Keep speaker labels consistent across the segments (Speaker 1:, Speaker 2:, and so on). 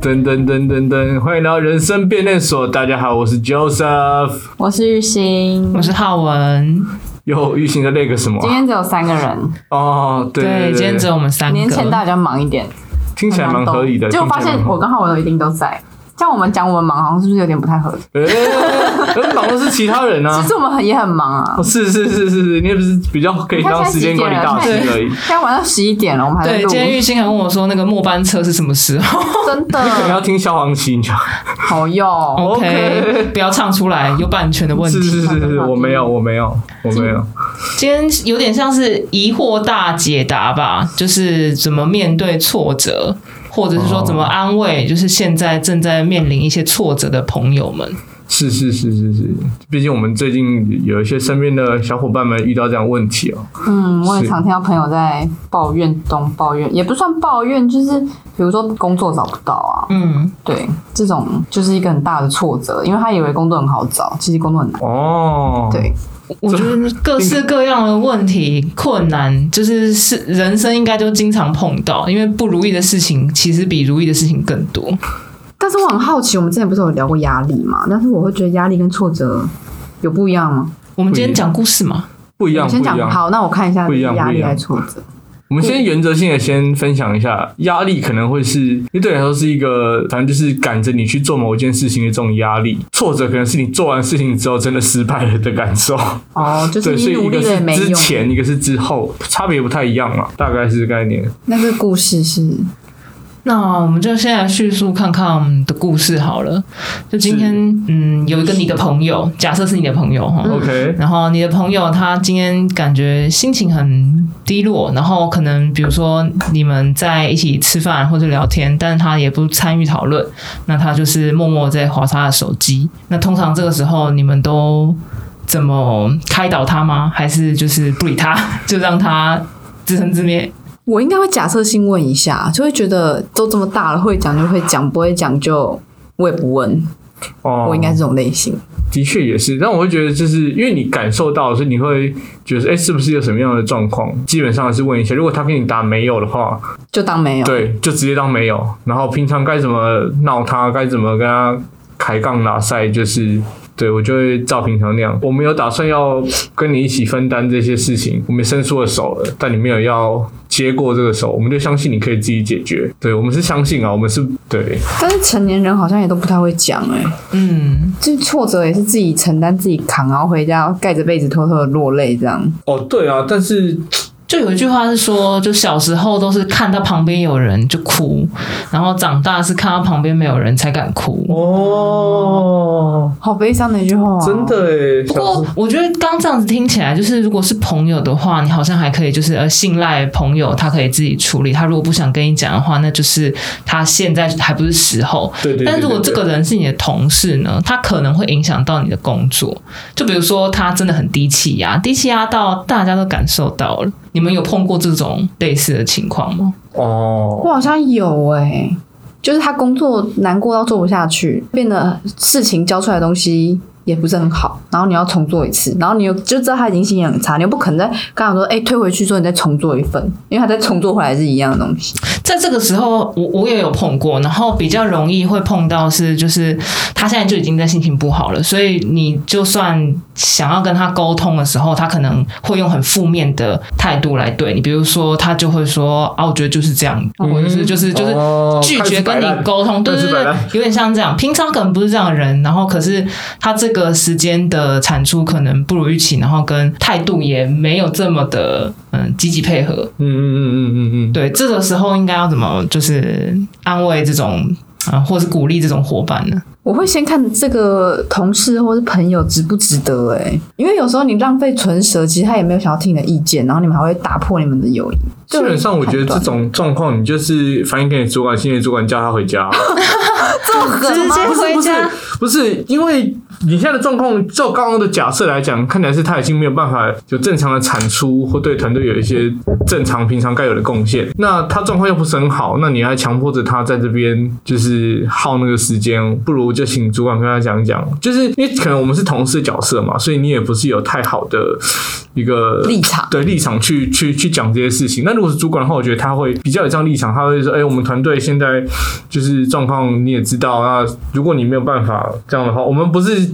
Speaker 1: 噔噔噔噔噔，欢迎来到人生辩论所。大家好，我是 Joseph。
Speaker 2: 我是玉兴
Speaker 3: 我，是浩文，
Speaker 1: 有玉兴的那个什么
Speaker 2: 今
Speaker 1: 啊、
Speaker 2: 天只有三个人，
Speaker 1: 哦，对对，
Speaker 3: 今天只有我们三个。
Speaker 2: 年前大家忙一点，
Speaker 1: 听起来蛮合理的。
Speaker 2: 结果发
Speaker 1: 听起来
Speaker 2: 现
Speaker 1: 蛮合
Speaker 2: 我跟浩文一定都在，像我们讲我们忙，好像是不是有点不太合理？
Speaker 1: 理的，哎可是忙的是其他人啊
Speaker 2: 其。实我们很也很忙啊
Speaker 1: 哦，是是是是是，你也不是比较可以当时间管理大师而已。
Speaker 2: 现在晚上十一点了，我们还在
Speaker 3: 对，
Speaker 2: 录，
Speaker 3: 今天玉兴还问我说那个末班车是什么时候
Speaker 2: 真
Speaker 1: 可能要
Speaker 2: 的
Speaker 1: 听消防器，你知道吗
Speaker 2: 好用。
Speaker 1: 哦
Speaker 3: ？OK，不要唱出来，有版权的问
Speaker 1: 是
Speaker 3: 题。
Speaker 1: 是是是，我没
Speaker 2: 嗯
Speaker 1: 有，我没有，我没有。
Speaker 3: 今天有点像是疑惑大解答吧，就是怎么面对挫折，或者是说怎么安慰，就是现在正在面临一些挫折的朋友们。
Speaker 1: 是是是是是，毕竟我们最近有一些身边的小伙伴们遇到这样的问题哦。
Speaker 2: 嗯，我也
Speaker 1: 是
Speaker 2: 常听到朋友在抱怨东抱怨，也不算抱怨，就是比如说工作找不到啊，
Speaker 3: 嗯，
Speaker 2: 对，这种就是一个很大的挫折，因为他以为工作很好找，其实工作很难。
Speaker 1: 哦，
Speaker 2: 对，
Speaker 3: 我觉得各式各样的问题、困难，就是是人生应该都经常碰到，因为不如意的事情其实比如意的事情更多。
Speaker 2: 但是我很好奇，我们之前不是有聊过压力嘛？但是我会觉得压力跟挫折有不一样吗？
Speaker 3: 我们今天讲故事嘛，
Speaker 1: 不一
Speaker 2: 我
Speaker 1: 样，不
Speaker 2: 先
Speaker 1: 一
Speaker 2: 讲
Speaker 1: 样。
Speaker 2: 好，那我看一下
Speaker 1: 不一样
Speaker 2: 压
Speaker 1: 不一
Speaker 2: 力
Speaker 1: 样
Speaker 2: 还是挫折。
Speaker 1: 我们先原则性的先分享一下，压力可能会是，因为对你来说是一个，反正就是赶着你去做某一件事情的这种压力。挫折可能是你做完事情之后真的失败了的感受，
Speaker 2: 哦，就 是
Speaker 1: 对，所
Speaker 2: 你
Speaker 1: 以一
Speaker 2: 努
Speaker 1: 个
Speaker 2: 力了也
Speaker 1: 是
Speaker 2: 没
Speaker 1: 之
Speaker 2: 用。
Speaker 1: 前，一个是之后，差别不太一样嘛，大概是概念。
Speaker 2: 那个故事是
Speaker 3: 那我们就先来叙述看看我们的故事好了。就今天，嗯，有一个你的朋友，假设是你的朋友
Speaker 2: 嗯
Speaker 3: 哈，
Speaker 1: OK，
Speaker 3: 然后你的朋友他今天感觉心情很低落，然后可能比如说你们在一起吃饭或者聊天，但他也不参与讨论，那他就是默默在划他的手机。那通常这个时候你们都怎么开导他吗？还是就是不理他， 就让他自生自灭？
Speaker 2: 我应该会假设性问一下，就会觉得都这么大了，会讲就会讲，不会讲就我也不问。
Speaker 1: 哦，
Speaker 2: 我应该是这种类型。
Speaker 1: 的确也是，但我会觉得，就是因为你感受到，所以你会觉得，哎、是不是有什么样的状况？基本上是问一下，如果他跟你答没有的话，
Speaker 2: 就当没有，
Speaker 1: 对，就直接当没有。然后平常该怎么闹他，该怎么跟他抬杠拉塞，就是对我就会照平常那样。我没有打算要跟你一起分担这些事情，我们伸出了手了，但你没有要接过这个手，我们就相信你可以自己解决。对我们是相信啊，我们是对，
Speaker 2: 但是成年人好像也都不太会讲哎、
Speaker 3: 嗯。
Speaker 2: 就挫折也是自己承担、自己扛，然后回家盖着被子偷偷的落泪这样。
Speaker 1: 哦，对啊，但是
Speaker 3: 就有一句话是说，就小时候都是看到旁边有人就哭，然后长大是看到旁边没有人才敢哭。
Speaker 1: 哦。
Speaker 2: 好悲伤的一句话、啊，
Speaker 1: 真。的诶，
Speaker 3: 不
Speaker 1: 小时候
Speaker 3: 过我觉得刚这样子听起来，就是如果是朋友的话，你好像还可以，就是呃信赖朋友，他可以自己处理。他如果不想跟你讲的话，那就是他现在还不是时候。
Speaker 1: 对对对对对
Speaker 3: 但如果这个人是你的同事呢，他可能会影响到你的工作。就比如说，他真的很低气压，低气压到大家都感受到了。你们有碰过这种类似的情况吗？
Speaker 1: 哦，
Speaker 2: 我好像有哎、就是他工作难过到做不下去，变得事情交出来的东西也不是很好，然后你要重做一次，然后你又就知道他已经心情很差，你又不肯再跟他说，哎、退回去之后你再重做一份，因为他再重做回来是一样的东西。
Speaker 3: 在这个时候，我我也有碰过，然后比较容易会碰到是，就是他现在就已经在心情不好了，所以你就算想要跟他沟通的时候，他可能会用很负面的态度来对你，比如说他就会说啊，我觉得就是这样，或者是就是就是
Speaker 1: 嗯哦
Speaker 3: 拒绝跟
Speaker 1: 开始摆
Speaker 3: 你
Speaker 1: 烂
Speaker 3: 沟通，对
Speaker 1: 开始
Speaker 3: 对
Speaker 1: 摆
Speaker 3: 对
Speaker 1: 烂，
Speaker 3: 有点像这样。平常可能不是这样的人，然后可是他这个时间的产出可能不如预期，然后跟态度也没有这么的嗯积极配合，
Speaker 1: 嗯嗯嗯嗯嗯嗯，
Speaker 3: 对，这个时候应该要怎么就是安慰这种啊、呃或是鼓励这种伙伴呢？
Speaker 2: 我会先看这个同事或是朋友值不值得哎、因为有时候你浪费唇舌，其实他也没有想要听你的意见，然后你们还会打破你们的友谊。
Speaker 1: 基本上我觉得这种状况，你就是反映给你主管，心理主管叫他回家，不是
Speaker 2: 直
Speaker 1: 不是不是，因为你现在的状况，就刚刚的假设来讲，看起来是他已经没有办法有正常的产出，或对团队有一些正常平常该有的贡献。那他状况又不是很好，那你还强迫着他在这边就是耗那个时间，不如就请主管跟他讲讲，就是因为可能我们是同事角色嘛，所以你也不是有太好的一个
Speaker 2: 立场
Speaker 1: 对立场去去去讲这些事情。那如果是主管的话，我觉得他会比较有这样立场，他会说：“哎、我们团队现在就是状况你也知道，那如果你没有办法这样的话，我们不是。”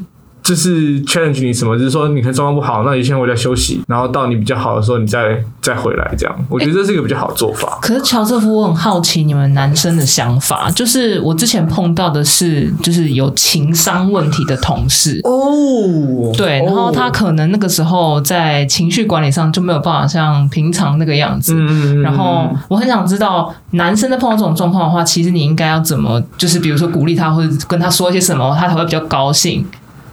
Speaker 1: 就是 challenge 你什么，就是说你可能状况不好，那你先回家休息，然后到你比较好的时候，你再再回来，这样，我觉得这是一个比较好的做法。
Speaker 3: 可是乔瑟夫，我很好奇你们男生的想法。就是我之前碰到的是，就是有情商问题的同事，
Speaker 1: 哦，
Speaker 3: 对，然后他可能那个时候在情绪管理上就没有办法像平常那个样子。
Speaker 1: 嗯，嗯，嗯
Speaker 3: 然后我很想知道，男生在碰到这种状况的话，其实你应该要怎么，就是比如说鼓励他，或者跟他说些什么，他才会比较高兴。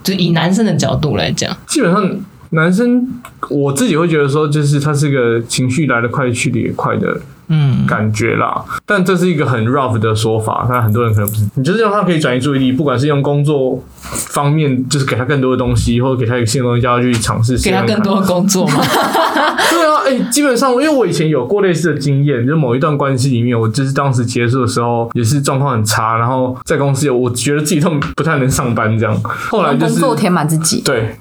Speaker 3: 就以男生的角度来讲，
Speaker 1: 基本上男生我自己会觉得说，就是他是个情绪来得快去得也快的
Speaker 3: 嗯，
Speaker 1: 感觉啦。但这是一个很 rough 的说法，那很多人可能不是。你就是让他可以转移注意力，不管是用工作方面，就是给他更多的东西，或者给他一个新的东西，叫他去尝试。
Speaker 3: 给他更。多的工 作嘛。
Speaker 1: 对啊，哎、基本上因为我以前有过类似的经验，就是某一段关系里面，我就是当时结束的时候也是状况很差，然后在公司有我觉得自己都不太能上班这样。后来就
Speaker 2: 工
Speaker 1: 是
Speaker 2: 作填满自己。
Speaker 1: 对。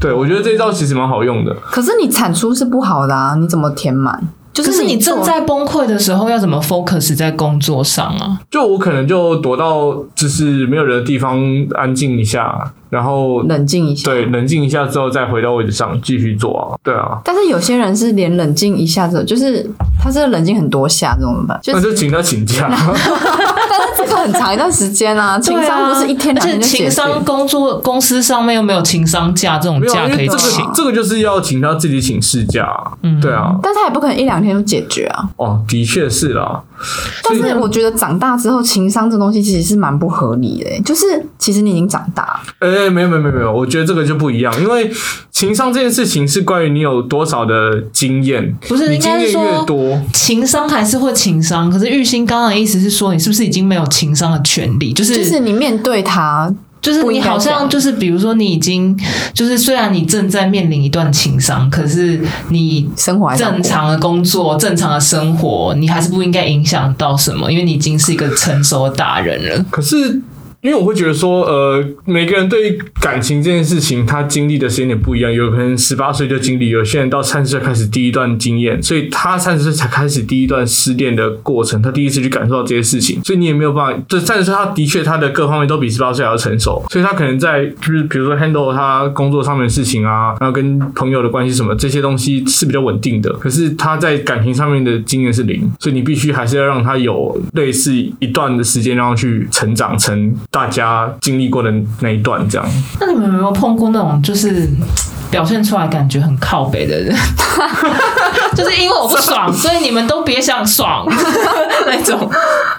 Speaker 1: 对，我觉得这一招其实蛮好用的。
Speaker 2: 可是你产出是不好的啊，你怎么填满？就
Speaker 3: 可是你
Speaker 2: 做
Speaker 3: 正在崩溃的时候，要怎么 focus 在工作上啊？
Speaker 1: 就我可能就躲到就是没有人的地方安静一下，然后
Speaker 2: 冷静一下。
Speaker 1: 对冷静一下之后再回到位置上继续做啊，对啊，
Speaker 2: 但是有些人是连冷静一下子，就是他是冷静很多下，这种怎么办？就
Speaker 1: 那
Speaker 2: 是
Speaker 1: 就请他请假。
Speaker 2: 这个很长一段时间 啊，情商不是一天
Speaker 3: 啊而
Speaker 2: 两天
Speaker 3: 且
Speaker 2: 就解
Speaker 3: 情
Speaker 2: 决。
Speaker 3: 商工作公司上面又没有情商假这种
Speaker 1: 没有啊，
Speaker 3: 假
Speaker 1: 因
Speaker 3: 可
Speaker 1: 为
Speaker 3: 以
Speaker 1: 这
Speaker 3: 请嗯
Speaker 1: 个。这个就是要请他自己请事假啊，对啊，
Speaker 2: 但他也不可能一两天就解决啊。
Speaker 1: 哦，的确是啦，
Speaker 2: 但
Speaker 1: 所以
Speaker 2: 是我觉得长大之后，情商这东西其实是蛮不合理的、欸就是其实你已经长大了，
Speaker 1: 哎、没有没有没有没有，我觉得这个就不一样，因为情商这件事情是关于你有多少的经验，
Speaker 3: 不是
Speaker 1: 你
Speaker 3: 应
Speaker 1: 经
Speaker 3: 该是
Speaker 1: 验越
Speaker 3: 说
Speaker 1: 多，
Speaker 3: 情商还是会情商，可是玉兴刚刚的意思是说，你是不是已经没有情商的权利？就是
Speaker 2: 就是你面对他，
Speaker 3: 就是
Speaker 2: 不
Speaker 3: 你
Speaker 2: 应该
Speaker 3: 好
Speaker 2: 这
Speaker 3: 像
Speaker 2: 样
Speaker 3: 就是，比如说你已经就是，虽然你正在面临一段情伤，可是你
Speaker 2: 生活还是要过
Speaker 3: 正常的工作、正常的生活，你还是不应该影响到什么，因为你已经是一个成熟的大人了。
Speaker 1: 可是。因为我会觉得说，呃，每个人对于感情这件事情，他经历的时间点不一样。有可能十八岁就经历，有些人到三十岁开始第一段经验，所以他三十岁才开始第一段失恋的过程，他第一次去感受到这些事情，所以你也没有办法。这三十岁，他的确他的各方面都比十八岁还要成熟，所以他可能在就是比如说 handle 他工作上面的事情啊，然后跟朋友的关系什么这些东西是比较稳定的。可是他在感情上面的经验是零，所以你必须还是要让他有类似一段的时间，让他去成长成大家经历过的那一段这样。
Speaker 3: 那你们有没有碰过那种就是表现出来感觉很靠北的人？ 就是因为我不爽，所以你们都别想爽 那种。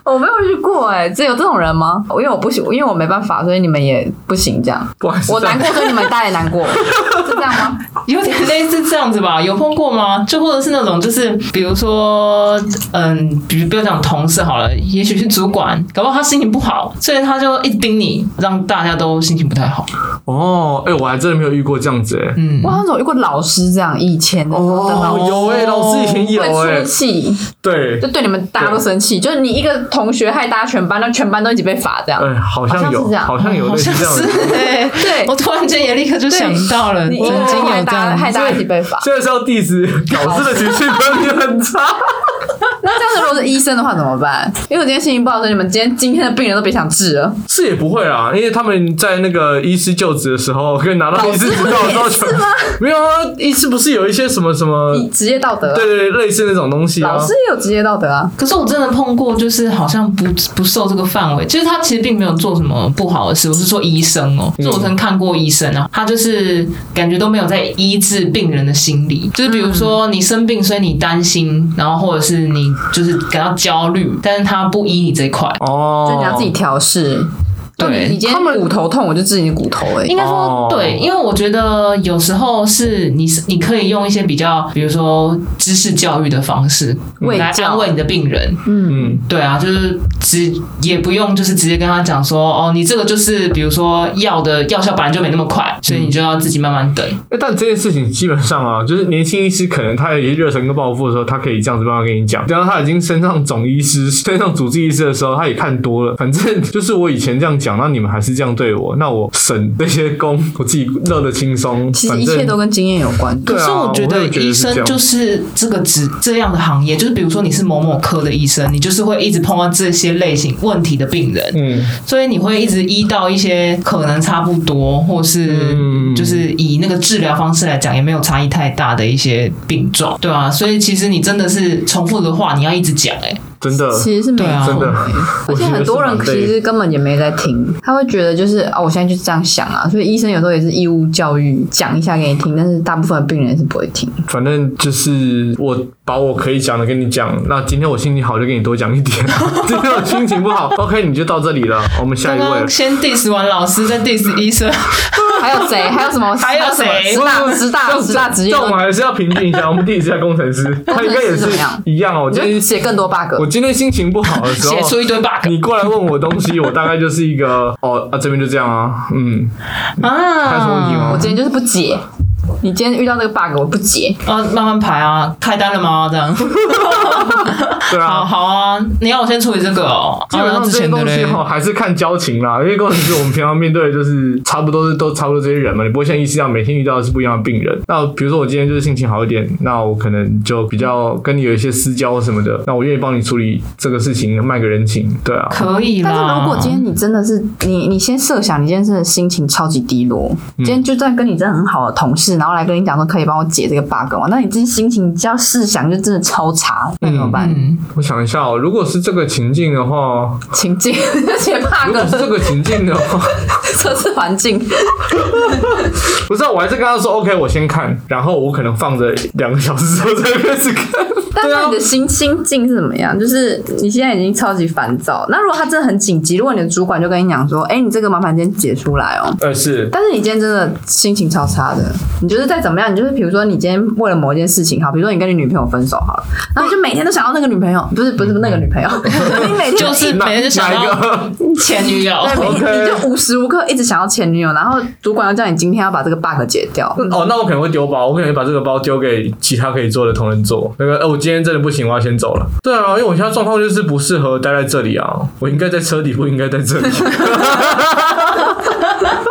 Speaker 2: 我没有遇过哎、只有这种人吗？因为我不行，因为我没办法，所以你们也不行这样。
Speaker 1: 不好意思，
Speaker 2: 我难过，所以你们大家也难过，是这样 吗？
Speaker 3: 有点类似这样子吧？有碰过吗？就或者是那种，就是比如说，嗯，比如不要讲同事好了，也许是主管，搞不好他心情不好，所以他就一直盯你，让大家都心情不太好。
Speaker 1: 哦，哎、我还真的没有遇过这样子哎、
Speaker 3: 嗯
Speaker 2: 我，好像有遇过老师这样，以前的时候的老
Speaker 1: 哦，有
Speaker 2: 师。
Speaker 1: 哎、老师以前有哎、
Speaker 2: 会出气，
Speaker 1: 对
Speaker 2: 就，对你们大家都生气，就是你一个同学害大家全班，那全班都一起被罚这样。
Speaker 1: 哎、好像有
Speaker 2: 好像是这，样
Speaker 1: 好像有
Speaker 3: 好
Speaker 1: 类似
Speaker 3: 像
Speaker 1: 这样
Speaker 3: 是
Speaker 1: 子。
Speaker 3: 欸
Speaker 2: 对
Speaker 3: 我突然间也立刻就想到了，曾
Speaker 2: 你
Speaker 3: 经
Speaker 2: 一个
Speaker 3: 有
Speaker 2: 人
Speaker 3: 这
Speaker 2: 害大
Speaker 3: 样
Speaker 2: 家害
Speaker 3: 子。
Speaker 2: 大家一起被罚。
Speaker 1: 虽然是要 diss 老师的情绪管理很差，
Speaker 2: 那这样子如果是医生的话怎么办？因为我今天心情不好，所以你们今天今天的病人都别想治了。
Speaker 1: 是也不会啦，因为他们在那个医师就职的时候， 跟拿到医师执照的时候，全 没有啊，医师不是有一些什么什么，
Speaker 2: 你职业道德啊，
Speaker 1: 对对对，类似那种东西啊
Speaker 2: 老。师也有职业道德啊。
Speaker 3: 可是我真的碰过，就是好像不不受这个范围，就是他其实并没有做什么不好的事。我是说医生哦、就是我曾看过医生啊，他就是感觉都没有在医治病人的心理，就是比如说你生病，所以你担心，然后或者是你就是感到焦虑，但是他不医你这一块。
Speaker 1: 哦，
Speaker 2: 就你要自己调试。
Speaker 3: 对
Speaker 2: 你今
Speaker 1: 他们
Speaker 2: 天骨头痛，我就治你的骨头、欸。
Speaker 3: 应该
Speaker 1: 哦
Speaker 3: 说对，因为我觉得有时候是你是你可以用一些比较，比如说知识教育的方式
Speaker 2: 喂
Speaker 3: 来
Speaker 2: 教
Speaker 3: 安慰你的病人，
Speaker 1: 嗯，
Speaker 3: 对啊，就是直也不用，就是直接跟他讲说，哦，你这个就是比如说药的药效本来就没那么快，所以你就要自己慢慢等。
Speaker 1: 欸但这件事情基本上啊，就是年轻医师可能他有一些热忱跟抱负的时候，他可以这样子慢慢跟你讲。 然后他已经升上总医师、升上主治医师的时候，他也看多了。反正就是我以前这样讲，那你们还是这样对我，那我省这些工，我自己乐得轻松。
Speaker 2: 其实
Speaker 1: 反
Speaker 2: 一
Speaker 1: 正
Speaker 2: 切都跟经验有关。
Speaker 1: 对
Speaker 3: 可
Speaker 1: 啊
Speaker 3: 是我觉
Speaker 1: 我
Speaker 3: 得
Speaker 1: 也觉得
Speaker 3: 医
Speaker 1: 是这
Speaker 3: 生
Speaker 1: 样
Speaker 3: 就是这个职这样的行业，就是比如说你是某某科的医生，你就是会一直碰到这些类型问题的病人，
Speaker 1: 嗯，
Speaker 3: 所以你会一直医到一些可能差不多，或是
Speaker 1: 嗯
Speaker 3: 就是以那个治疗方式来讲，也没有差异太大的一些病状，对啊，所以其实你真的是重复的话，你要一直讲、欸，
Speaker 1: 真的，
Speaker 2: 其实是没
Speaker 3: 对啊
Speaker 2: 有
Speaker 1: 真的
Speaker 2: 欸
Speaker 1: 我
Speaker 2: 而且
Speaker 1: 觉得
Speaker 2: 很
Speaker 1: 是
Speaker 2: 多人
Speaker 1: 蛮累
Speaker 2: 其实根本也没在听，他会觉得就是啊、我现在就是这样想啊，所以医生有时候也是义务教育讲一下给你听，但是大部分的病人是不会听。
Speaker 1: 反正就是我把我可以讲的跟你讲。那今天我心情好就跟你多讲一 点，今天我心情不好，OK，你就到这里了。我们下
Speaker 3: 刚
Speaker 1: 一位
Speaker 3: 刚，先 diss 完老师，再 diss
Speaker 1: 嗯
Speaker 3: 医生，
Speaker 2: 还 有谁？还有什么？
Speaker 3: 还有谁
Speaker 2: 十大十
Speaker 1: 这
Speaker 2: 大
Speaker 1: 样
Speaker 2: 十大职业
Speaker 1: 但，我们还是要平均一下。我们第一次在工程师，他应该也是
Speaker 2: 工程师怎么样
Speaker 1: 一样哦。我
Speaker 2: 你
Speaker 1: 今
Speaker 2: 就
Speaker 1: 天
Speaker 2: 写更多 bug。
Speaker 1: 我今天心情不好的时候
Speaker 3: 写，出一堆 bug
Speaker 1: 你过来问我东西，我大概就是一个哦啊，这边就这样啊，嗯，还有什么问题
Speaker 3: 啊
Speaker 1: 吗
Speaker 2: 我今天就是不解，你今天遇到那个 bug 我不解，
Speaker 3: 啊，慢慢排啊，开单了吗？这样。
Speaker 1: 对
Speaker 3: 好
Speaker 1: 啊。
Speaker 3: 好啊，你要我先处理这个哦。
Speaker 1: 基本
Speaker 3: 啊
Speaker 1: 上
Speaker 3: 那
Speaker 1: 这
Speaker 3: 之
Speaker 1: 些
Speaker 3: 前的
Speaker 1: 东西
Speaker 3: 嘞，
Speaker 1: 哈还是看交情啦，因为工程师我们平常面对的就是 差不多是都差不多这些人嘛，你不会像医师一样每天遇到的是不一样的病人。那比如说我今天就是心情好一点，那我可能就比较跟你有一些私交什么的，那我愿意帮你处理这个事情，卖个人情，对啊。
Speaker 3: 可以啦。
Speaker 2: 但是如果今天你真的是你，你先设想你今天真的心情超级低落，
Speaker 1: 嗯
Speaker 2: 今天就算跟你真的很好的同事，然后来跟你讲说可以帮我解这个 bug 嘛，那你自己心情只要试想就真的超差，那怎么办？
Speaker 3: 嗯，
Speaker 1: 我想一下哦，如果是这个情境的话，
Speaker 2: 情境 解
Speaker 1: 如
Speaker 2: bug
Speaker 1: 果是这个情境的话，
Speaker 2: 测试环境，
Speaker 1: 不是啊、我还是跟他说 OK，我先看，然后我可能放着两个小时之后再开始看。
Speaker 2: 但
Speaker 1: 对
Speaker 2: 是
Speaker 1: 啊
Speaker 2: 你的心心境是怎么样？就是你现在已经超级烦躁，那如果他真的很紧急，如果你的主管就跟你讲说，哎、你这个麻烦今天解出来哦，
Speaker 1: 呃，是，
Speaker 2: 但是你今天真的心情超差的，你就是再怎么样，你就是比如说你今天为了某一件事情，好，比如说你跟你女朋友分手好了，然后你就每天都想到那个女朋友，不是不是那个女朋友，
Speaker 1: 嗯
Speaker 2: 你每天
Speaker 3: 就是
Speaker 1: 哪
Speaker 3: 每天就想
Speaker 1: 哪一
Speaker 3: 到
Speaker 1: 个？
Speaker 3: 前 女友。
Speaker 2: 对，每
Speaker 1: 哦 OK
Speaker 2: 天你就无时无刻一直想要前女友，然后主管要叫你今天要把这个 bug 解 掉，
Speaker 3: 嗯
Speaker 1: 哦，那我可能会丢包，我可能会把这个包丢给其他可以做的同仁做。那个，呃，我今天真的不行，我要先走了。对啊，因为我现在状况就是不适合待在这里啊，我应该在车里，不应该在 这里，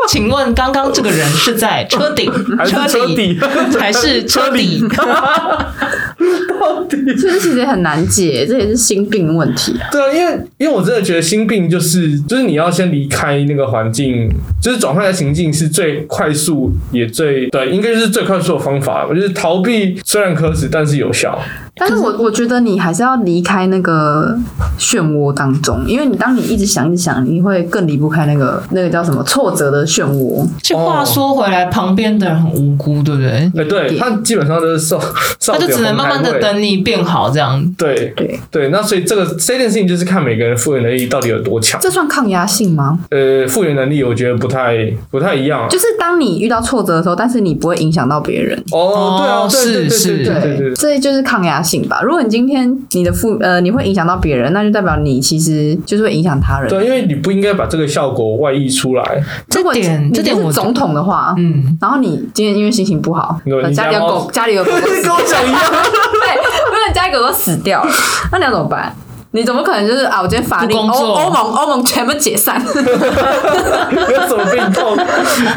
Speaker 3: 请问刚刚这个人是在车顶
Speaker 1: 还、是车
Speaker 3: 底
Speaker 1: 底？
Speaker 3: 还是车底？
Speaker 1: 到底？
Speaker 2: 所以这其实很难解，这也是心病问题啊。
Speaker 1: 对啊，因为因为我真的觉得心病就是就是你要先离开那个环境，就是转换的情境是最快速也最对，应该就是最快速的方法。我觉得逃避虽然可耻，但是有效。
Speaker 2: 但是我我觉得你还是要离开那个漩涡当中，因为你当你一直想一直想，你会更离不开那个那个叫什么挫折的漩涡。
Speaker 3: 这话说回来，旁边的人很无辜，对不对？
Speaker 1: 哎、对他基本上都是受，受
Speaker 3: 他就只能慢慢的。等你变好，这样
Speaker 1: 对
Speaker 2: 对，
Speaker 1: 对，那所以这个这件事情就是看每个人复原能力到底有多强。
Speaker 2: 这算抗压性吗？
Speaker 1: 呃，复原能力我觉得不太不太一样、啊。
Speaker 2: 就是当你遇到挫折的时候，但是你不会影响到别人。
Speaker 1: 哦，对啊，对对
Speaker 3: 是
Speaker 1: 对对对对对
Speaker 2: 这就是抗压性吧。如果你今天你的负呃你会影响到别人，那就代表你其实就是会影响他人。
Speaker 1: 对，因为你不应该把这个效果外溢出 来。
Speaker 2: 如果
Speaker 3: 这点
Speaker 2: 你
Speaker 3: 这点
Speaker 2: 你
Speaker 3: 我
Speaker 2: 是总统的话，
Speaker 3: 嗯，
Speaker 2: 然后你今天因为心情不好
Speaker 1: 你，
Speaker 2: 呃
Speaker 1: 你家
Speaker 2: 家里有
Speaker 1: 猫
Speaker 2: 狗，家里 有狗狗死
Speaker 1: 跟我想一样。
Speaker 2: 对，如果你家里狗狗死掉 了，那你要怎么办？你怎么可能就是啊？我今天法令
Speaker 3: 不工
Speaker 2: 欧
Speaker 3: 作
Speaker 2: 欧盟欧盟全部解散，
Speaker 1: 有什么病痛？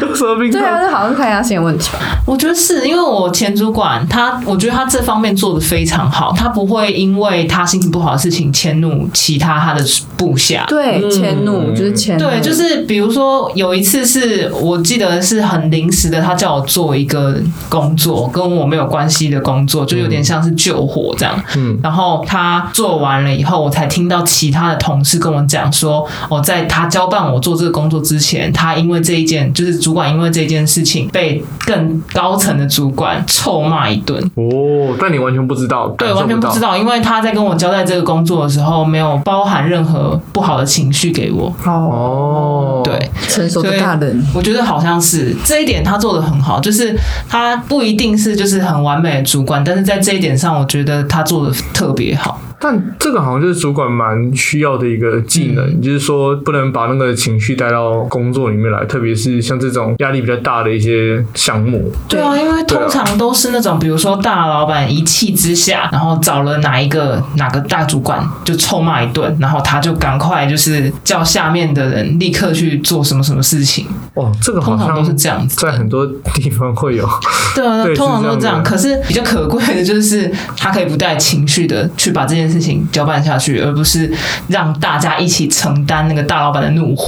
Speaker 1: 有什么病
Speaker 2: 对
Speaker 1: 痛？
Speaker 2: 啊，这好像是抗压性的问题吧？
Speaker 3: 我觉得是因为我前主管他，我觉得他这方面做的非常好，他不会因为他心情不好的事情迁怒其他他的部下，
Speaker 2: 对，迁怒就是迁怒，
Speaker 3: 对，就是比如说有一次是我记得是很临时的，他叫我做一个工作，跟我没有关系的工作，就有点像是救火这样。
Speaker 1: 嗯
Speaker 3: 然后他做完了以后，我才听到其他的同事跟我讲说，哦，在他交办我做这个工作之前，他因为这一件，就是主管因为这件事情被更高层的主管臭骂一顿。
Speaker 1: 哦，但你完全不知道，
Speaker 3: 对，完全不知
Speaker 1: 道。
Speaker 3: 道，因为他在跟我交代这个工作的时候，没有包含任何不好的情绪给我。
Speaker 2: 哦，
Speaker 1: 哦，
Speaker 3: 对，，
Speaker 2: 成熟的
Speaker 3: 对
Speaker 2: 大人。
Speaker 3: 我觉得好像是这一点，他做的很好，就是他不一定是就是很完美的主管，但是在这一点上，我觉得他做的特别好。
Speaker 1: 但这个好像就是主管蛮需要的一个技能，
Speaker 3: 嗯
Speaker 1: 就是说不能把那个情绪带到工作里面来，特别是像这种压力比较大的一些项目。
Speaker 3: 对啊，因为通常都是那种，比如说大老板一气之下，然后找了哪一个哪个大主管就臭骂一顿，然后他就赶快就是叫下面的人立刻去做什么什么事情，
Speaker 1: 哇，哦这个好
Speaker 3: 通常都
Speaker 1: 像
Speaker 3: 是这样子。
Speaker 1: 在很多地方会有。
Speaker 3: 对啊，
Speaker 1: 对
Speaker 3: 通常都
Speaker 1: 是
Speaker 3: 这
Speaker 1: 这样
Speaker 3: 样。
Speaker 1: 的
Speaker 3: 可是比较可贵的就是，他可以不带情绪的去把这件事情交办下去，而不是让大家一起承担那个大老板的怒火。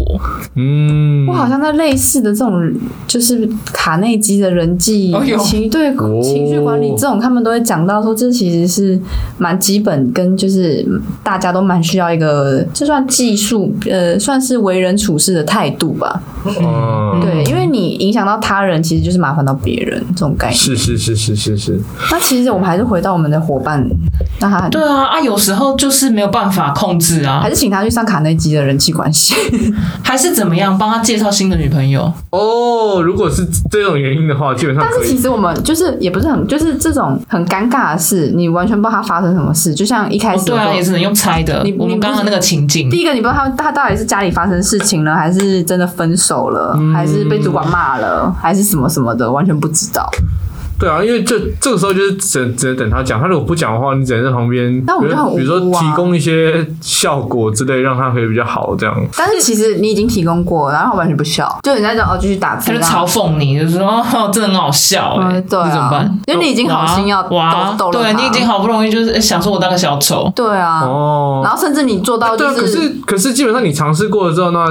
Speaker 1: 嗯，
Speaker 2: 我好像在类似的这种，就是卡内基的人际
Speaker 3: 哦有
Speaker 2: 情对
Speaker 1: 哦
Speaker 2: 情绪管理这种，他们都会讲到说，这其实是蛮基本，跟就是大家都蛮需要一个，这算技术，呃，算是为人处事的态度吧。
Speaker 1: 嗯
Speaker 2: 对，因为你影响到他人，其实就是麻烦到别人这种概念。
Speaker 1: 是是是是是是，
Speaker 2: 那其实我们还是回到我们的伙伴，那他
Speaker 3: 对啊，啊，有时候就是没有办法控制啊
Speaker 2: 还，是请他去上卡内基的人际关 系。
Speaker 3: 还是怎么样，帮他介绍新的女朋友。
Speaker 1: 哦，如果是这种原因的话，基本上
Speaker 2: 但
Speaker 1: 可
Speaker 2: 是其
Speaker 1: 以。
Speaker 2: 实我们就是也不是很，就是这种很尴尬的事，你完全不知道它发生什么事。就像一开
Speaker 3: 哦
Speaker 2: 始，
Speaker 3: 对啊，也只能用猜的
Speaker 2: 你。
Speaker 3: 我
Speaker 2: 你
Speaker 3: 们
Speaker 2: 不是
Speaker 3: 刚刚那个情境，
Speaker 2: 第一个你不知道他他到底是家里发生事情了，还是真的分手了，还是被主管骂了，还是什么什么的，完全不知道。
Speaker 1: 对啊，因为这这个时候就是只能只能等他讲，他如果不讲的话，你只能在旁边，
Speaker 2: 那我们就很无辜啊
Speaker 1: 比如说提供一些效果之类，让他可以比较好这样。
Speaker 2: 但是其实你已经提供过，然后他完全不笑，就人家讲哦继续打字，
Speaker 3: 他就
Speaker 2: 然后
Speaker 3: 嘲讽你，就说：“哦， 真的很好笑哎、欸，
Speaker 2: 嗯对
Speaker 3: 你怎么
Speaker 2: 啊
Speaker 3: 办？，
Speaker 2: 因为你已经好心要逗
Speaker 3: 哇，
Speaker 2: 逗了
Speaker 3: 哇对
Speaker 2: 他
Speaker 3: 你已经好不容易就是、欸想说我当个小丑，
Speaker 2: 对啊，
Speaker 1: 哦，
Speaker 2: 然后甚至你做到
Speaker 1: 对啊，
Speaker 2: 就
Speaker 1: 可是可是基本上你尝试过了之后，那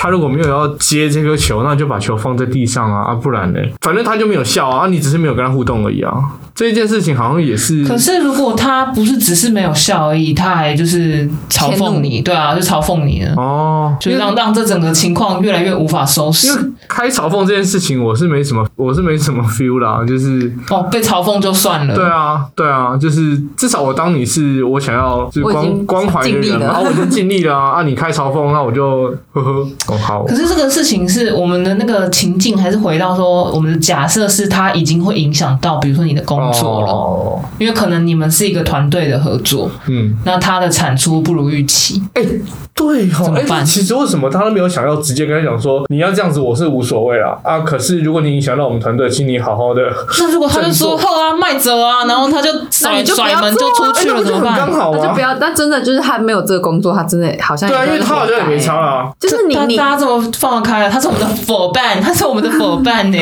Speaker 1: 他如果没有要接这颗球，那就把球放在地上啊，啊不然呢？反正他就没有笑啊，啊你只是没有跟他互动而已啊。这件事情好像也是，
Speaker 3: 可是如果他不是只是没有笑而已，他还就是嘲讽你，对啊，就嘲讽你了，
Speaker 1: 哦，
Speaker 3: 就让让这整个情况越来越无法收
Speaker 1: 因为
Speaker 3: 拾。
Speaker 1: 开嘲讽这件事情，我是没什么，我是没什么 feel 啦，就是
Speaker 2: 嗯
Speaker 3: 哦，被嘲讽就算了，
Speaker 1: 对啊，对啊，就是至少我当你是我想要就是
Speaker 2: 我已
Speaker 1: 关
Speaker 2: 经
Speaker 1: 关怀的
Speaker 2: 尽力
Speaker 1: 人嘛，
Speaker 2: 了
Speaker 1: 然后我已经尽力了啊，啊你开嘲讽，那我就呵呵，哦好
Speaker 3: 可，是这个事情是我们的那个情境，还是回到说我们的假设是他已经会影响到，比如说你的工作了，
Speaker 1: 哦，
Speaker 3: 因为可能你们是一个团队的合作，
Speaker 1: 嗯，
Speaker 3: 那他的产出不如预期，
Speaker 1: 哎、对
Speaker 3: 怎
Speaker 1: 哦，
Speaker 3: 么
Speaker 1: 哎、
Speaker 3: 办
Speaker 1: 其实为什么他都没有想要直接跟他讲说你要这样子，我是无所谓啦啊，可是如果你影响到我们团队，请你好好的，
Speaker 3: 那如果他就说
Speaker 1: 振
Speaker 3: 后啊卖走啊，然后他就
Speaker 2: 那
Speaker 3: 甩
Speaker 2: 你就不
Speaker 3: 甩
Speaker 2: 要
Speaker 3: 门就
Speaker 2: 做
Speaker 3: 出
Speaker 2: 啊
Speaker 3: 去
Speaker 1: 哎那
Speaker 3: 了，
Speaker 1: 不
Speaker 3: 怎
Speaker 1: 就
Speaker 3: 么
Speaker 1: 很
Speaker 3: 办
Speaker 1: 刚？好
Speaker 2: 那就
Speaker 1: 啊
Speaker 2: 不？要，那真的就是他没有这个工作，他真的好像
Speaker 1: 对啊，
Speaker 2: 也
Speaker 1: 因为他好像也没差啦。
Speaker 2: 就是你
Speaker 3: 大
Speaker 2: 你
Speaker 3: 大家这么放得开了，他是我们的伙伴， 他是我们的伙伴呢。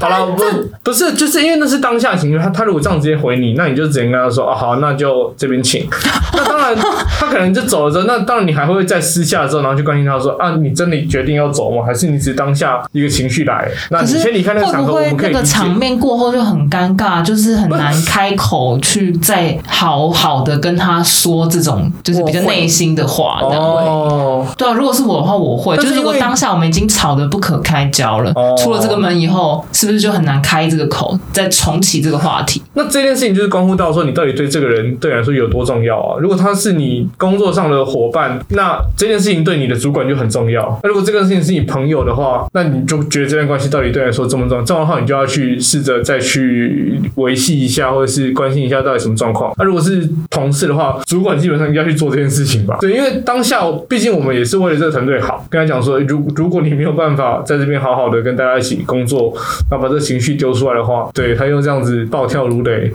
Speaker 1: 好
Speaker 3: 哎
Speaker 1: 了，不不是，就是因为那是当下的情绪。他他如果这样直接回你，那你就直接跟他说啊，好，那就这边 请。那当然，他可能就走了之后，那当然你还会在私下的时候，然后去关心他说啊，你真的决定要走吗？还是你只是当下一个情绪来？ 那
Speaker 3: 可
Speaker 1: 你
Speaker 3: 是
Speaker 1: 先离开那个
Speaker 3: 会
Speaker 1: 场
Speaker 3: 不
Speaker 1: 合，我
Speaker 3: 会
Speaker 1: 们可
Speaker 3: 那
Speaker 1: 以
Speaker 3: 个
Speaker 1: 理解。
Speaker 3: 场面过后就很尴尬，就是很难开口去再好好的跟他说这种就是比较内心的话这样。
Speaker 1: 哦，
Speaker 3: 对啊，如果是我的话，我会就
Speaker 1: 但是
Speaker 3: 是如果
Speaker 1: 因为
Speaker 3: 当下我们已经吵得不可开交了
Speaker 1: 哦，
Speaker 3: 出了这个门以后，是不是就很难开这个口，再重启这个话题？
Speaker 1: 那这件事情就是关乎到说你到底对这个人对你来说有多重要啊？如果他是你工作上的伙伴，那这件事情对你的主管就很重要。那如果这个事情是你朋友的话，那你就觉得这段关系到底对你来说重不重要？重要的话，你就要去试着再去维系一下，或者是关心一下到底什么状况。那如果是同事的话，主管基本上应该去做这件事情吧？对，因为当下毕竟我们也是为了这个团队好。跟他讲说，如如果你没有办法在这边好好的跟大家一起工作，那把这情绪丢出来的话，对他又这样子暴跳如雷，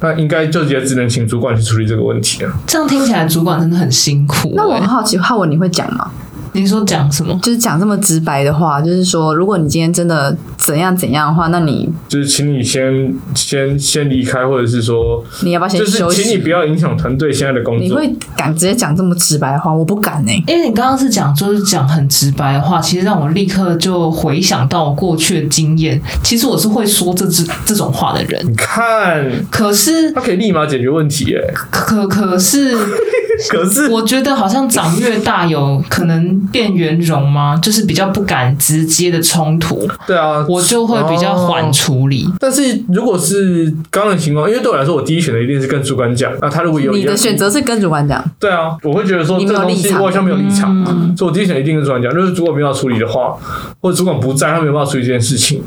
Speaker 1: 那应该就也只能请主管去处理这个问题啊了。
Speaker 3: 这样听起来主管真的很辛苦、
Speaker 2: 那我很
Speaker 3: 欸
Speaker 2: 好奇，浩文你会讲吗？
Speaker 3: 你说讲什么？
Speaker 2: 就是讲这么直白的话，就是说，如果你今天真的怎样怎样的话，那你
Speaker 1: 就是请你先先先离开，或者是说，
Speaker 2: 你要不要先
Speaker 1: 就是
Speaker 2: 休
Speaker 1: 请你
Speaker 2: 息？
Speaker 1: 不要影响团队现在的工
Speaker 2: 你
Speaker 1: 作。
Speaker 2: 会敢直接讲这么直白的话？我不敢欸呢、
Speaker 3: 因为你刚刚是讲，就是讲很直白的话，其实让我立刻就回想到我过去的经验。其实我是会说这这这种话的人，
Speaker 1: 你看，
Speaker 3: 可是
Speaker 1: 他可以立马解决问题 耶。
Speaker 3: 可可可是，
Speaker 1: 可是，
Speaker 3: 我觉得好像长越大有可能变圆融吗？就是比较不敢直接的冲突，
Speaker 1: 对啊，
Speaker 3: 我就会比较缓
Speaker 1: 哦
Speaker 3: 处理。
Speaker 1: 但是如果是刚刚的情况，因为对我来说，我第一选择一定是跟主管讲。那他如果有
Speaker 2: 你的
Speaker 1: 有
Speaker 2: 选择是跟主管讲，
Speaker 1: 对啊，我会觉得说
Speaker 2: 你
Speaker 1: 这
Speaker 2: 没有
Speaker 1: 个东
Speaker 2: 立
Speaker 1: 西
Speaker 2: 场
Speaker 1: 我好像没有立场，啊
Speaker 3: 嗯
Speaker 1: 所以我第一选一定跟主管讲，就是如果没有要处理的话，或者主管不在，他没有办法处理这件事情，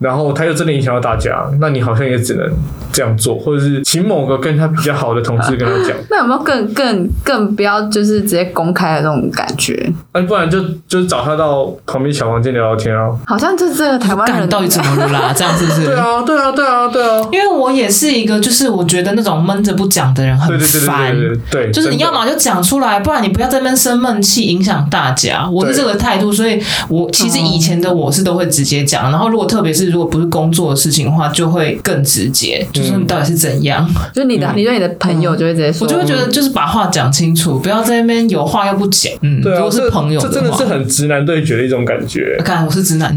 Speaker 1: 然后他又真的影响到大家，那你好像也只能这样做，或者是请某个跟他比较好的同事跟他 讲，
Speaker 2: 那有没有更更更不要就是直接公开的那种感觉？
Speaker 1: 那、啊不然就就找他到旁边小房间聊聊天啊。
Speaker 2: 好像这这个台湾
Speaker 3: 干
Speaker 2: 人
Speaker 3: 到底怎么 了啦？这样是不是？
Speaker 1: 对啊，对啊，对啊，对啊，
Speaker 3: 因为我也是一个，就是我觉得那种闷着不讲的人
Speaker 1: 对对
Speaker 3: 很
Speaker 1: 对
Speaker 3: 烦
Speaker 1: 对。对对对，
Speaker 3: 就是你
Speaker 1: 真的
Speaker 3: 要么就讲出来，不然你不要在那边生闷气，影响大家。我是
Speaker 1: 对
Speaker 3: 这个态度，所以我其实以前的我是都会直接讲，
Speaker 1: 嗯
Speaker 3: 然后如果特别是如果不是工作的事情的话，就会更直接，
Speaker 1: 嗯
Speaker 3: 就说你到底是怎样，
Speaker 1: 啊
Speaker 2: 就是你的，你对你的朋友就会直接说，
Speaker 3: 嗯我就会觉得就是把话讲清楚，不要在那边有话又不讲。嗯，
Speaker 1: 对
Speaker 3: 如
Speaker 1: 啊，
Speaker 3: 果是
Speaker 1: 这
Speaker 3: 朋友
Speaker 1: 这
Speaker 3: 的
Speaker 1: 真的
Speaker 3: 话
Speaker 1: 是，很直男对决的一种感觉。
Speaker 3: 看我是 直男，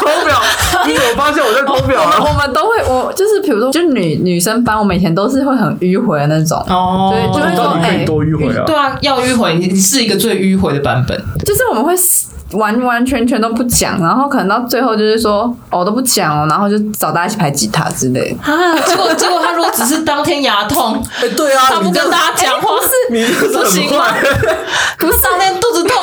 Speaker 1: 偷表，你怎么发现我在偷表
Speaker 2: 我
Speaker 1: 啊？
Speaker 2: 我们都会，我就是比如说，就女女生班，我们以前都是会很迂回的那种，
Speaker 3: 哦
Speaker 2: 对就会说
Speaker 1: 到
Speaker 2: 哎
Speaker 1: 底可以多迂回啊？
Speaker 3: 对啊，要迂回，你你是一个最迂回的版本。
Speaker 2: 就是我们会完完全全都不讲，然后可能到最后就是说，哦，我都不讲哦，然后就找大家一起排吉他之类的。
Speaker 3: 啊， 结果结果他如果只是当天牙痛，
Speaker 1: 哎对啊
Speaker 3: 他不跟大家讲话，
Speaker 1: 你 这
Speaker 3: 不
Speaker 1: 是
Speaker 3: 行
Speaker 1: 很
Speaker 3: 吗
Speaker 1: 坏，
Speaker 3: 不是当天肚子痛，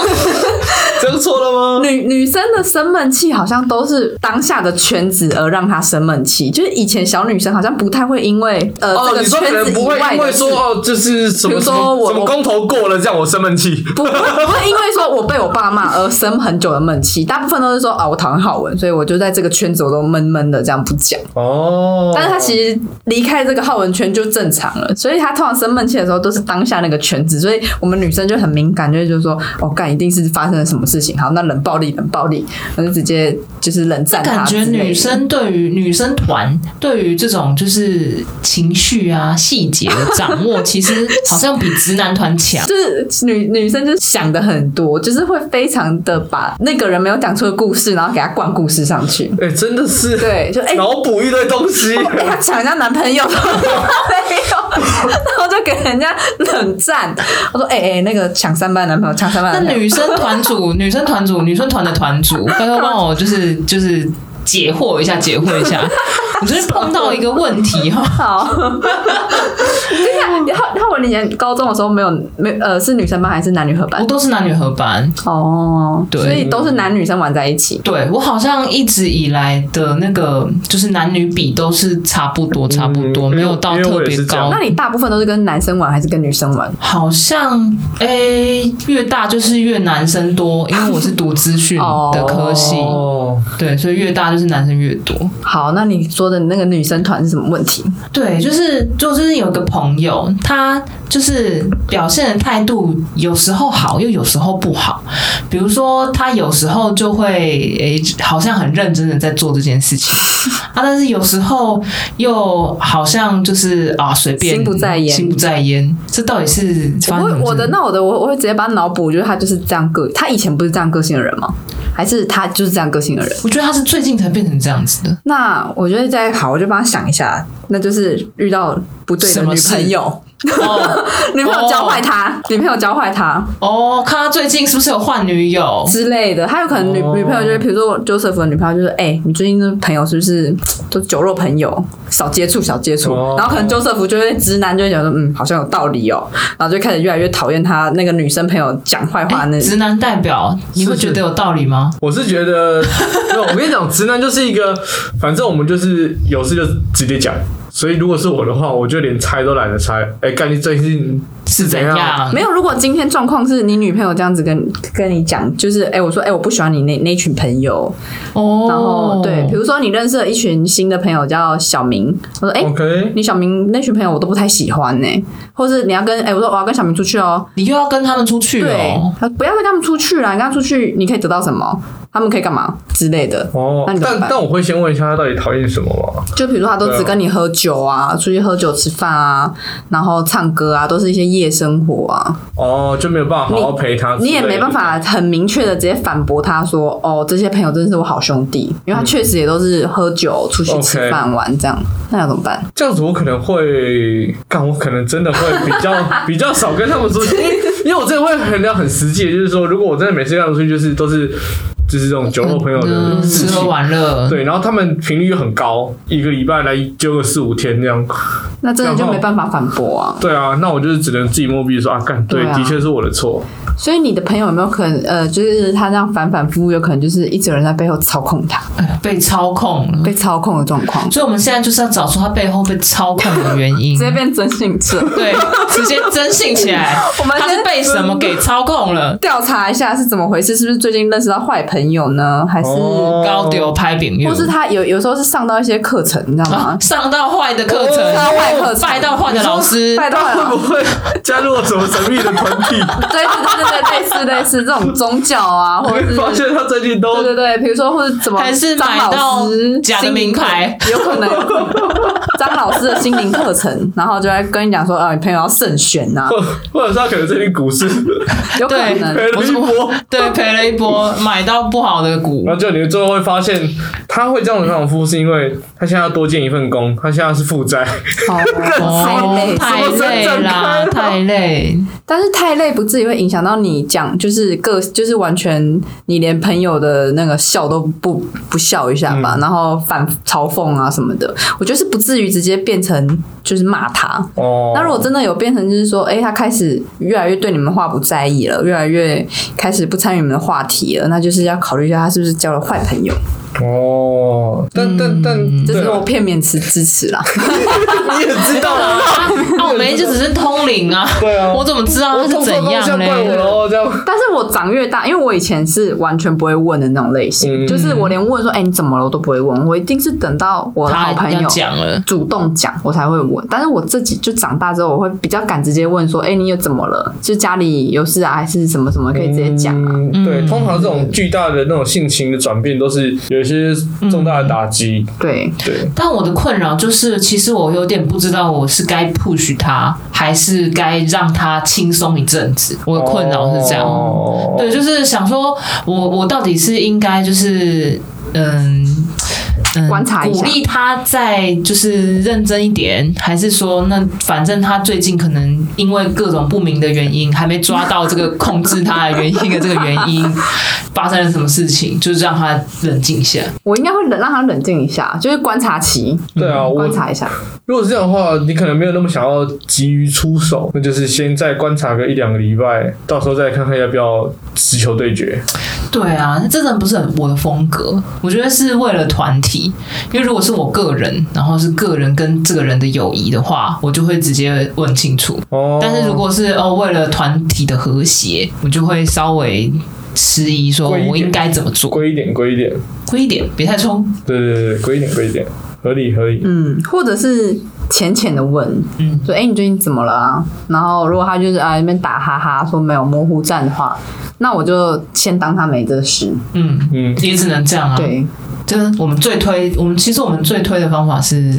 Speaker 1: 这样错了吗？
Speaker 2: 女女生的生闷气好像都是当下的圈子而让她生闷气，就是以前小女生好像不太会因为呃、
Speaker 1: 哦，
Speaker 2: 这个
Speaker 1: 你说可
Speaker 2: 圈
Speaker 1: 能
Speaker 2: 子以
Speaker 1: 不会
Speaker 2: 外
Speaker 1: 因
Speaker 2: 的
Speaker 1: 为
Speaker 2: 事
Speaker 1: 说哦，就是什
Speaker 2: 比
Speaker 1: 么什
Speaker 2: 如说
Speaker 1: 么
Speaker 2: 我
Speaker 1: 什么
Speaker 2: 我
Speaker 1: 公投过了，这样我生闷气。
Speaker 2: 不不会不会因为说我被我爸骂而生很久的闷气，大部分都是说啊我讨厌好文，所以我就在这个圈子我都闷闷的这样不讲。
Speaker 1: 哦，
Speaker 2: 但是他其实离开这个浩文圈就正常了，所以他通常生闷气的时候都是当下那个圈子，所以我们女生就很敏感，就是就是说，哦，干一定是发生了什么事情，好，那冷暴力，冷暴力，我就直接就是冷战他
Speaker 3: 感
Speaker 2: 啊之类
Speaker 3: 觉
Speaker 2: 的。
Speaker 3: 女生对于女生团对于这种就是情绪啊细节的掌握，其实好像比直男团强。
Speaker 2: 就是女女生就是想的很多，就是会非常的把那个人没有讲出的故事，然后给他灌故事上去。
Speaker 1: 哎，真的是
Speaker 2: 对，就哎。
Speaker 1: 脑补一堆东 西。
Speaker 2: 哎他抢人家男朋友， 没有，然后就给人家冷战。我说：“哎、哎、那个抢三班男朋友，抢三班
Speaker 3: 那
Speaker 2: 男朋友。”
Speaker 3: 女生团 主，女生团主，女生团的团主，拜托帮我就是就是解惑一下，解惑一下。 我就是碰到一个问题哈，
Speaker 2: 好， 对呀，然后然后我以前高中的时候没有没呃是女生班还是男女合
Speaker 3: 我
Speaker 2: 班？
Speaker 3: 都是男女合班，
Speaker 2: 哦，
Speaker 3: 对
Speaker 2: 所以都是男女生玩在一起。
Speaker 3: 对我好像一直以来的那个就是男女比都是差不多，差不多，
Speaker 1: 因为
Speaker 3: 没有到
Speaker 1: 嗯因为我
Speaker 3: 特
Speaker 1: 也
Speaker 3: 别
Speaker 1: 是这样
Speaker 3: 高
Speaker 2: 那。你大部分都是跟男生玩还是跟女生玩？
Speaker 3: 好像诶、越大就是越男生多，因为我是读资讯
Speaker 2: 哦
Speaker 3: 的科系，
Speaker 1: 哦，
Speaker 3: 对，所以越大就是男生越多。
Speaker 2: 好，那你说的那个女生团是什么问题？
Speaker 3: 对，就是就就是有个朋友，他就是表现的态度有时候好，又有时候不好。比如说，他有时候就会诶、好像很认真的在做这件事 情啊，但是有时候又好像就是啊随便，
Speaker 2: 心不在焉
Speaker 3: 心不在焉。这到底是
Speaker 2: 我
Speaker 3: 发生
Speaker 2: 会
Speaker 3: 什么
Speaker 2: 我的
Speaker 3: 事
Speaker 2: 那我的我我会直接把他脑补，就是他就是这样个，他以前不是这样个性的人吗？还是他就是这样个性的人？
Speaker 3: 我觉得他是最近才变成这样子的。
Speaker 2: 那我觉得再好，我就帮他想一下，那就是遇到不对的
Speaker 3: 什么
Speaker 2: 女
Speaker 3: 事
Speaker 2: 朋友，
Speaker 3: 哦
Speaker 2: 女朋友教坏他，女朋友教坏他，
Speaker 3: 哦，看他最近是不是有换女友？
Speaker 2: 之类的，他有可能女、
Speaker 1: 哦
Speaker 2: 女朋友就会，比如说我 Joseph 的女朋友就是，哎、你最近的朋友是不是都酒肉朋友，少接触少接触，
Speaker 1: 哦
Speaker 2: 然后可能 Joseph 就会直男就会想说，嗯，好像有道理哦，然后就开始越来越讨厌他那个女生朋友讲坏话那，
Speaker 3: 哎直男代表，你会
Speaker 1: 是是
Speaker 3: 觉得有道理吗？
Speaker 1: 我是觉得，没有我跟你讲，直男就是一个，反正我们就是有事就直接讲。所以如果是我的话，我就连猜都懒得猜。哎，干你最近
Speaker 3: 是怎
Speaker 1: 怎
Speaker 3: 样
Speaker 1: 样？
Speaker 2: 没有，如果今天状况是你女朋友这样子跟跟你讲，就是哎、我说哎、我不喜欢你那那群朋友，
Speaker 3: 哦，
Speaker 2: 然后对，比如说你认识了一群新的朋友叫小明，我说哎、
Speaker 1: OK？
Speaker 2: 你小明那群朋友我都不太喜欢呢、或是你要跟哎、我说我要跟小明出去哦，
Speaker 3: 你又要跟他们出去
Speaker 2: 对
Speaker 3: 哦。，
Speaker 2: 不要跟他们出去啦，你跟他出去，你可以得到什么？他们可以干嘛之类的？
Speaker 1: 哦
Speaker 2: 那你，怎么
Speaker 1: 但
Speaker 2: 办
Speaker 1: 但我会先问一下他到底讨厌什么吧。
Speaker 2: 就比如说，他都只跟你喝酒啊，出去喝酒、吃饭啊，然后唱歌啊，都是一些夜生活啊。
Speaker 1: 哦，就没有办法好好陪他哦之
Speaker 2: 你
Speaker 1: 类的，
Speaker 2: 也没办法很明确的直接反驳他说：“哦，这些朋友真的是我好兄弟。”因为他确实也都是喝酒、出去吃饭、玩这样，那要怎么办？
Speaker 1: 这样子，我可能会干，我可能真的会比较 比较少跟他们出去，因为因为我真的会很聊很实际，就是说，如果我真的每次跟他们出去，就是都是就是这种酒肉朋友的
Speaker 3: 嗯，
Speaker 1: 事
Speaker 3: 吃喝
Speaker 1: 情。
Speaker 3: 玩乐，
Speaker 1: 对，然后他们频率又很高，一个礼拜来揪个四五天这样。
Speaker 2: 那真的就没办法反驳啊。
Speaker 1: 对啊，那我就是只能自己摸鼻子说啊，干，对，
Speaker 2: 对啊
Speaker 1: 的确是我的错。
Speaker 2: 所以你的朋友有没有可能，呃，就是他这样反反复复，有可能就是一直有人在背后操控他，
Speaker 3: 哎被操控了。
Speaker 2: 被操控的状况，
Speaker 3: 所以我们现在就是要找出他背后被操控的原因
Speaker 2: 直，接变真性质。
Speaker 3: 对，直接真性起来，
Speaker 2: 我们
Speaker 3: 他是
Speaker 2: 先
Speaker 3: 被什么给操控了？
Speaker 2: 调查一下是怎么回事，是不是最近认识到坏朋友呢？还是，
Speaker 1: 哦
Speaker 3: 高丢拍饼月，
Speaker 2: 或是他有有时候是上到一些课程，你知道
Speaker 3: 啊
Speaker 2: 吗？
Speaker 3: 上到坏的课程，
Speaker 2: 上到坏课程
Speaker 3: 拜到坏的老师，
Speaker 2: 拜托
Speaker 1: 他
Speaker 2: 了
Speaker 1: 会不会加入了什么神秘的团 体？
Speaker 2: 对对对对，类似类似这种宗教啊，
Speaker 1: 我
Speaker 2: 或
Speaker 1: 会
Speaker 2: 者是
Speaker 1: 发现他最近
Speaker 2: 对
Speaker 1: 都
Speaker 2: 对对，比如说或者怎么
Speaker 3: 还是
Speaker 2: 张
Speaker 3: 买
Speaker 2: 老
Speaker 3: 到
Speaker 2: 师
Speaker 3: 假的
Speaker 2: 心灵
Speaker 3: 名牌
Speaker 2: 课，有可能有可 能张老师的心灵课程，然后就在跟你讲说，呃，你朋友要慎选呐、
Speaker 1: 或或者是他可能最近股市
Speaker 2: 有可
Speaker 3: 对
Speaker 2: 能
Speaker 1: 赔了一波，
Speaker 3: 对，赔了一波，买到不好的股
Speaker 1: 然，后就你最后会发现，他会这样子反复，是因为他现在要多建一份工，他现在是负债，
Speaker 2: 哦，太累
Speaker 3: 哦，太累啦，太累，
Speaker 2: 但是太累不至于会影响到你讲，就是个就是完全你连朋友的那个笑都不不笑一下
Speaker 3: 嗯
Speaker 2: 吧，然后反嘲讽啊什么的，我觉得是不至于直接变成就是骂他，
Speaker 1: 哦，
Speaker 2: 那如果真的有变成，就是说，哎、他开始越来越对你们话不在意了，越来越开始不参与你们的话题了，那就是要考虑一下他是不是交了坏朋友。
Speaker 1: 哦，但但
Speaker 3: 嗯
Speaker 1: 但，
Speaker 2: 这
Speaker 1: 对
Speaker 2: 是我
Speaker 1: 啊
Speaker 2: 片面词支持啦。
Speaker 1: 你也知道啊，
Speaker 3: 啊，我们就只是通灵啊，
Speaker 1: 对啊，
Speaker 3: 我怎么知道
Speaker 1: 我
Speaker 3: 他是
Speaker 1: 做
Speaker 3: 怎
Speaker 1: 错东西要
Speaker 3: 样嘞？
Speaker 1: 怪我了哦，这样，
Speaker 2: 但是我长越大，因为我以前是完全不会问的那种类型，
Speaker 1: 嗯
Speaker 2: 就是我连问说，哎、你怎么了，我都不会问，我一定是等到我的好
Speaker 3: 他
Speaker 2: 朋
Speaker 3: 要
Speaker 2: 友。
Speaker 3: 讲了，
Speaker 2: 主动讲，我才会问。但是我自己就长大之后，我会比较敢直接问说：“哎、你又怎么了？就家里有事啊，还是什么什么？ 可以直接讲啊。
Speaker 1: 嗯对，通常这种巨大的那种性情的转变，都是有一些
Speaker 3: 嗯
Speaker 1: 重大的打击。
Speaker 2: 对，
Speaker 1: 对，
Speaker 3: 但我的困扰就是，其实我有点不知道我是该 push 他，还是该让他轻松一阵子。我的困扰是这样。
Speaker 1: 哦
Speaker 3: 对，就是想说我我到底是应该就是嗯。嗯
Speaker 2: 观察一下
Speaker 3: 鼓励他再就是认真一点，还是说那反正他最近可能因为各种不明的原因，还没抓到这个控制他的原因的这个原因发生了什么事情，就是让他冷静一下。
Speaker 2: 我应该会冷让他冷静一下，就是观察期，
Speaker 1: 对
Speaker 3: 嗯
Speaker 1: 啊，我
Speaker 2: 观察一下。
Speaker 1: 如果是这样的话，你可能没有那么想要急于出手，那就是先再观察个一两个礼拜，到时候再看看要不要直球对决。
Speaker 3: 对啊，这真的不是很我的风格。我觉得是为了团体，因为如果是我个人，然后是个人跟这个人的友谊的话，我就会直接问清楚。
Speaker 1: 哦，
Speaker 3: 但是如果是哦，为了团体的和谐，我就会稍微迟疑，说
Speaker 1: 贵一点
Speaker 3: 我应该怎么做，
Speaker 1: 归一点归一点，
Speaker 3: 贵一点，别太冲。
Speaker 1: 对对对，归一点归一点，合理合理。
Speaker 2: 嗯，或者是浅浅的问，
Speaker 3: 嗯，
Speaker 2: 说哎、诶你最近怎么了啊？然后如果他就是啊那边打哈哈说没有模糊战的话，那我就先当他没这事。
Speaker 3: 嗯，
Speaker 1: 嗯，
Speaker 3: 也只能这样啊。，
Speaker 2: 对，
Speaker 3: 就是我们最推，我们其实我们最推的方法是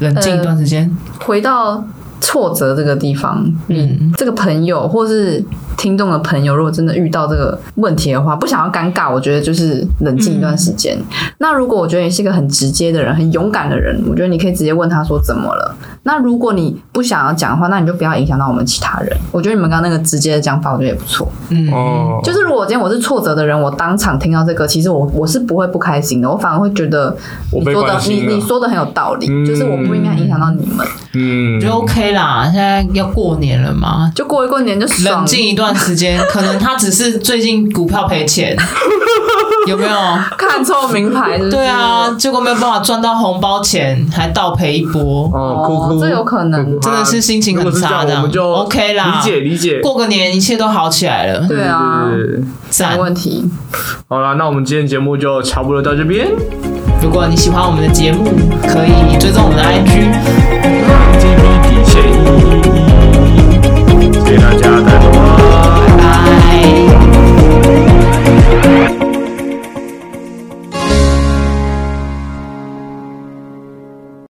Speaker 3: 冷静一段时间。
Speaker 2: 回到挫折这个地方，
Speaker 3: 嗯，
Speaker 2: 这个朋友或是听众的朋友，如果真的遇到这个问题的话，不想要尴尬，我觉得就是冷静一段时间。
Speaker 1: 嗯
Speaker 2: 那如果我觉得你是一个很直接的人、很勇敢的人，我觉得你可以直接问他说怎么了。那如果你不想要讲的话，那你就不要影响到我们其他人。我觉得你们刚刚那个直接的讲法，我觉得也不错。
Speaker 3: 嗯，
Speaker 1: 哦，
Speaker 2: 就是如果今天我是挫折的人，我当场听到这个，其实我我是不会不开心的，我反而会觉得
Speaker 1: 我
Speaker 2: 你
Speaker 1: 被
Speaker 2: 说的
Speaker 1: 关
Speaker 2: 你
Speaker 1: 心
Speaker 2: 你
Speaker 1: 了。
Speaker 2: 说的很有道理，
Speaker 1: 嗯
Speaker 2: 就是我不应该影响到你们，
Speaker 1: 嗯
Speaker 3: 我觉，得 OK 啦。现在要过年了嘛，
Speaker 2: 就过一过年就爽了
Speaker 3: 冷静一段时间。可能他只是最近股票赔钱，有没有？
Speaker 2: 看错名牌是不是？
Speaker 3: 对啊，结果没有办法赚到红包钱，还倒赔一波，
Speaker 1: 哦，哭
Speaker 2: 哦
Speaker 1: 哭，
Speaker 2: 这有可能
Speaker 1: 哭哭
Speaker 3: 真的是心情
Speaker 1: 如
Speaker 3: 很
Speaker 1: 果是这
Speaker 3: 差
Speaker 1: 样，
Speaker 3: 的。
Speaker 1: 我们就
Speaker 3: OK 啦，
Speaker 1: 理解理解。
Speaker 3: 过个年一切都好起来了，
Speaker 2: 对啊，
Speaker 1: 对对对
Speaker 3: 赞
Speaker 2: 没！问题。
Speaker 1: 好啦，那我们今天节目就差不多到这边，
Speaker 3: 如果你喜欢我们的节目，可以追踪我们的 IG。
Speaker 1: E 这一批底线。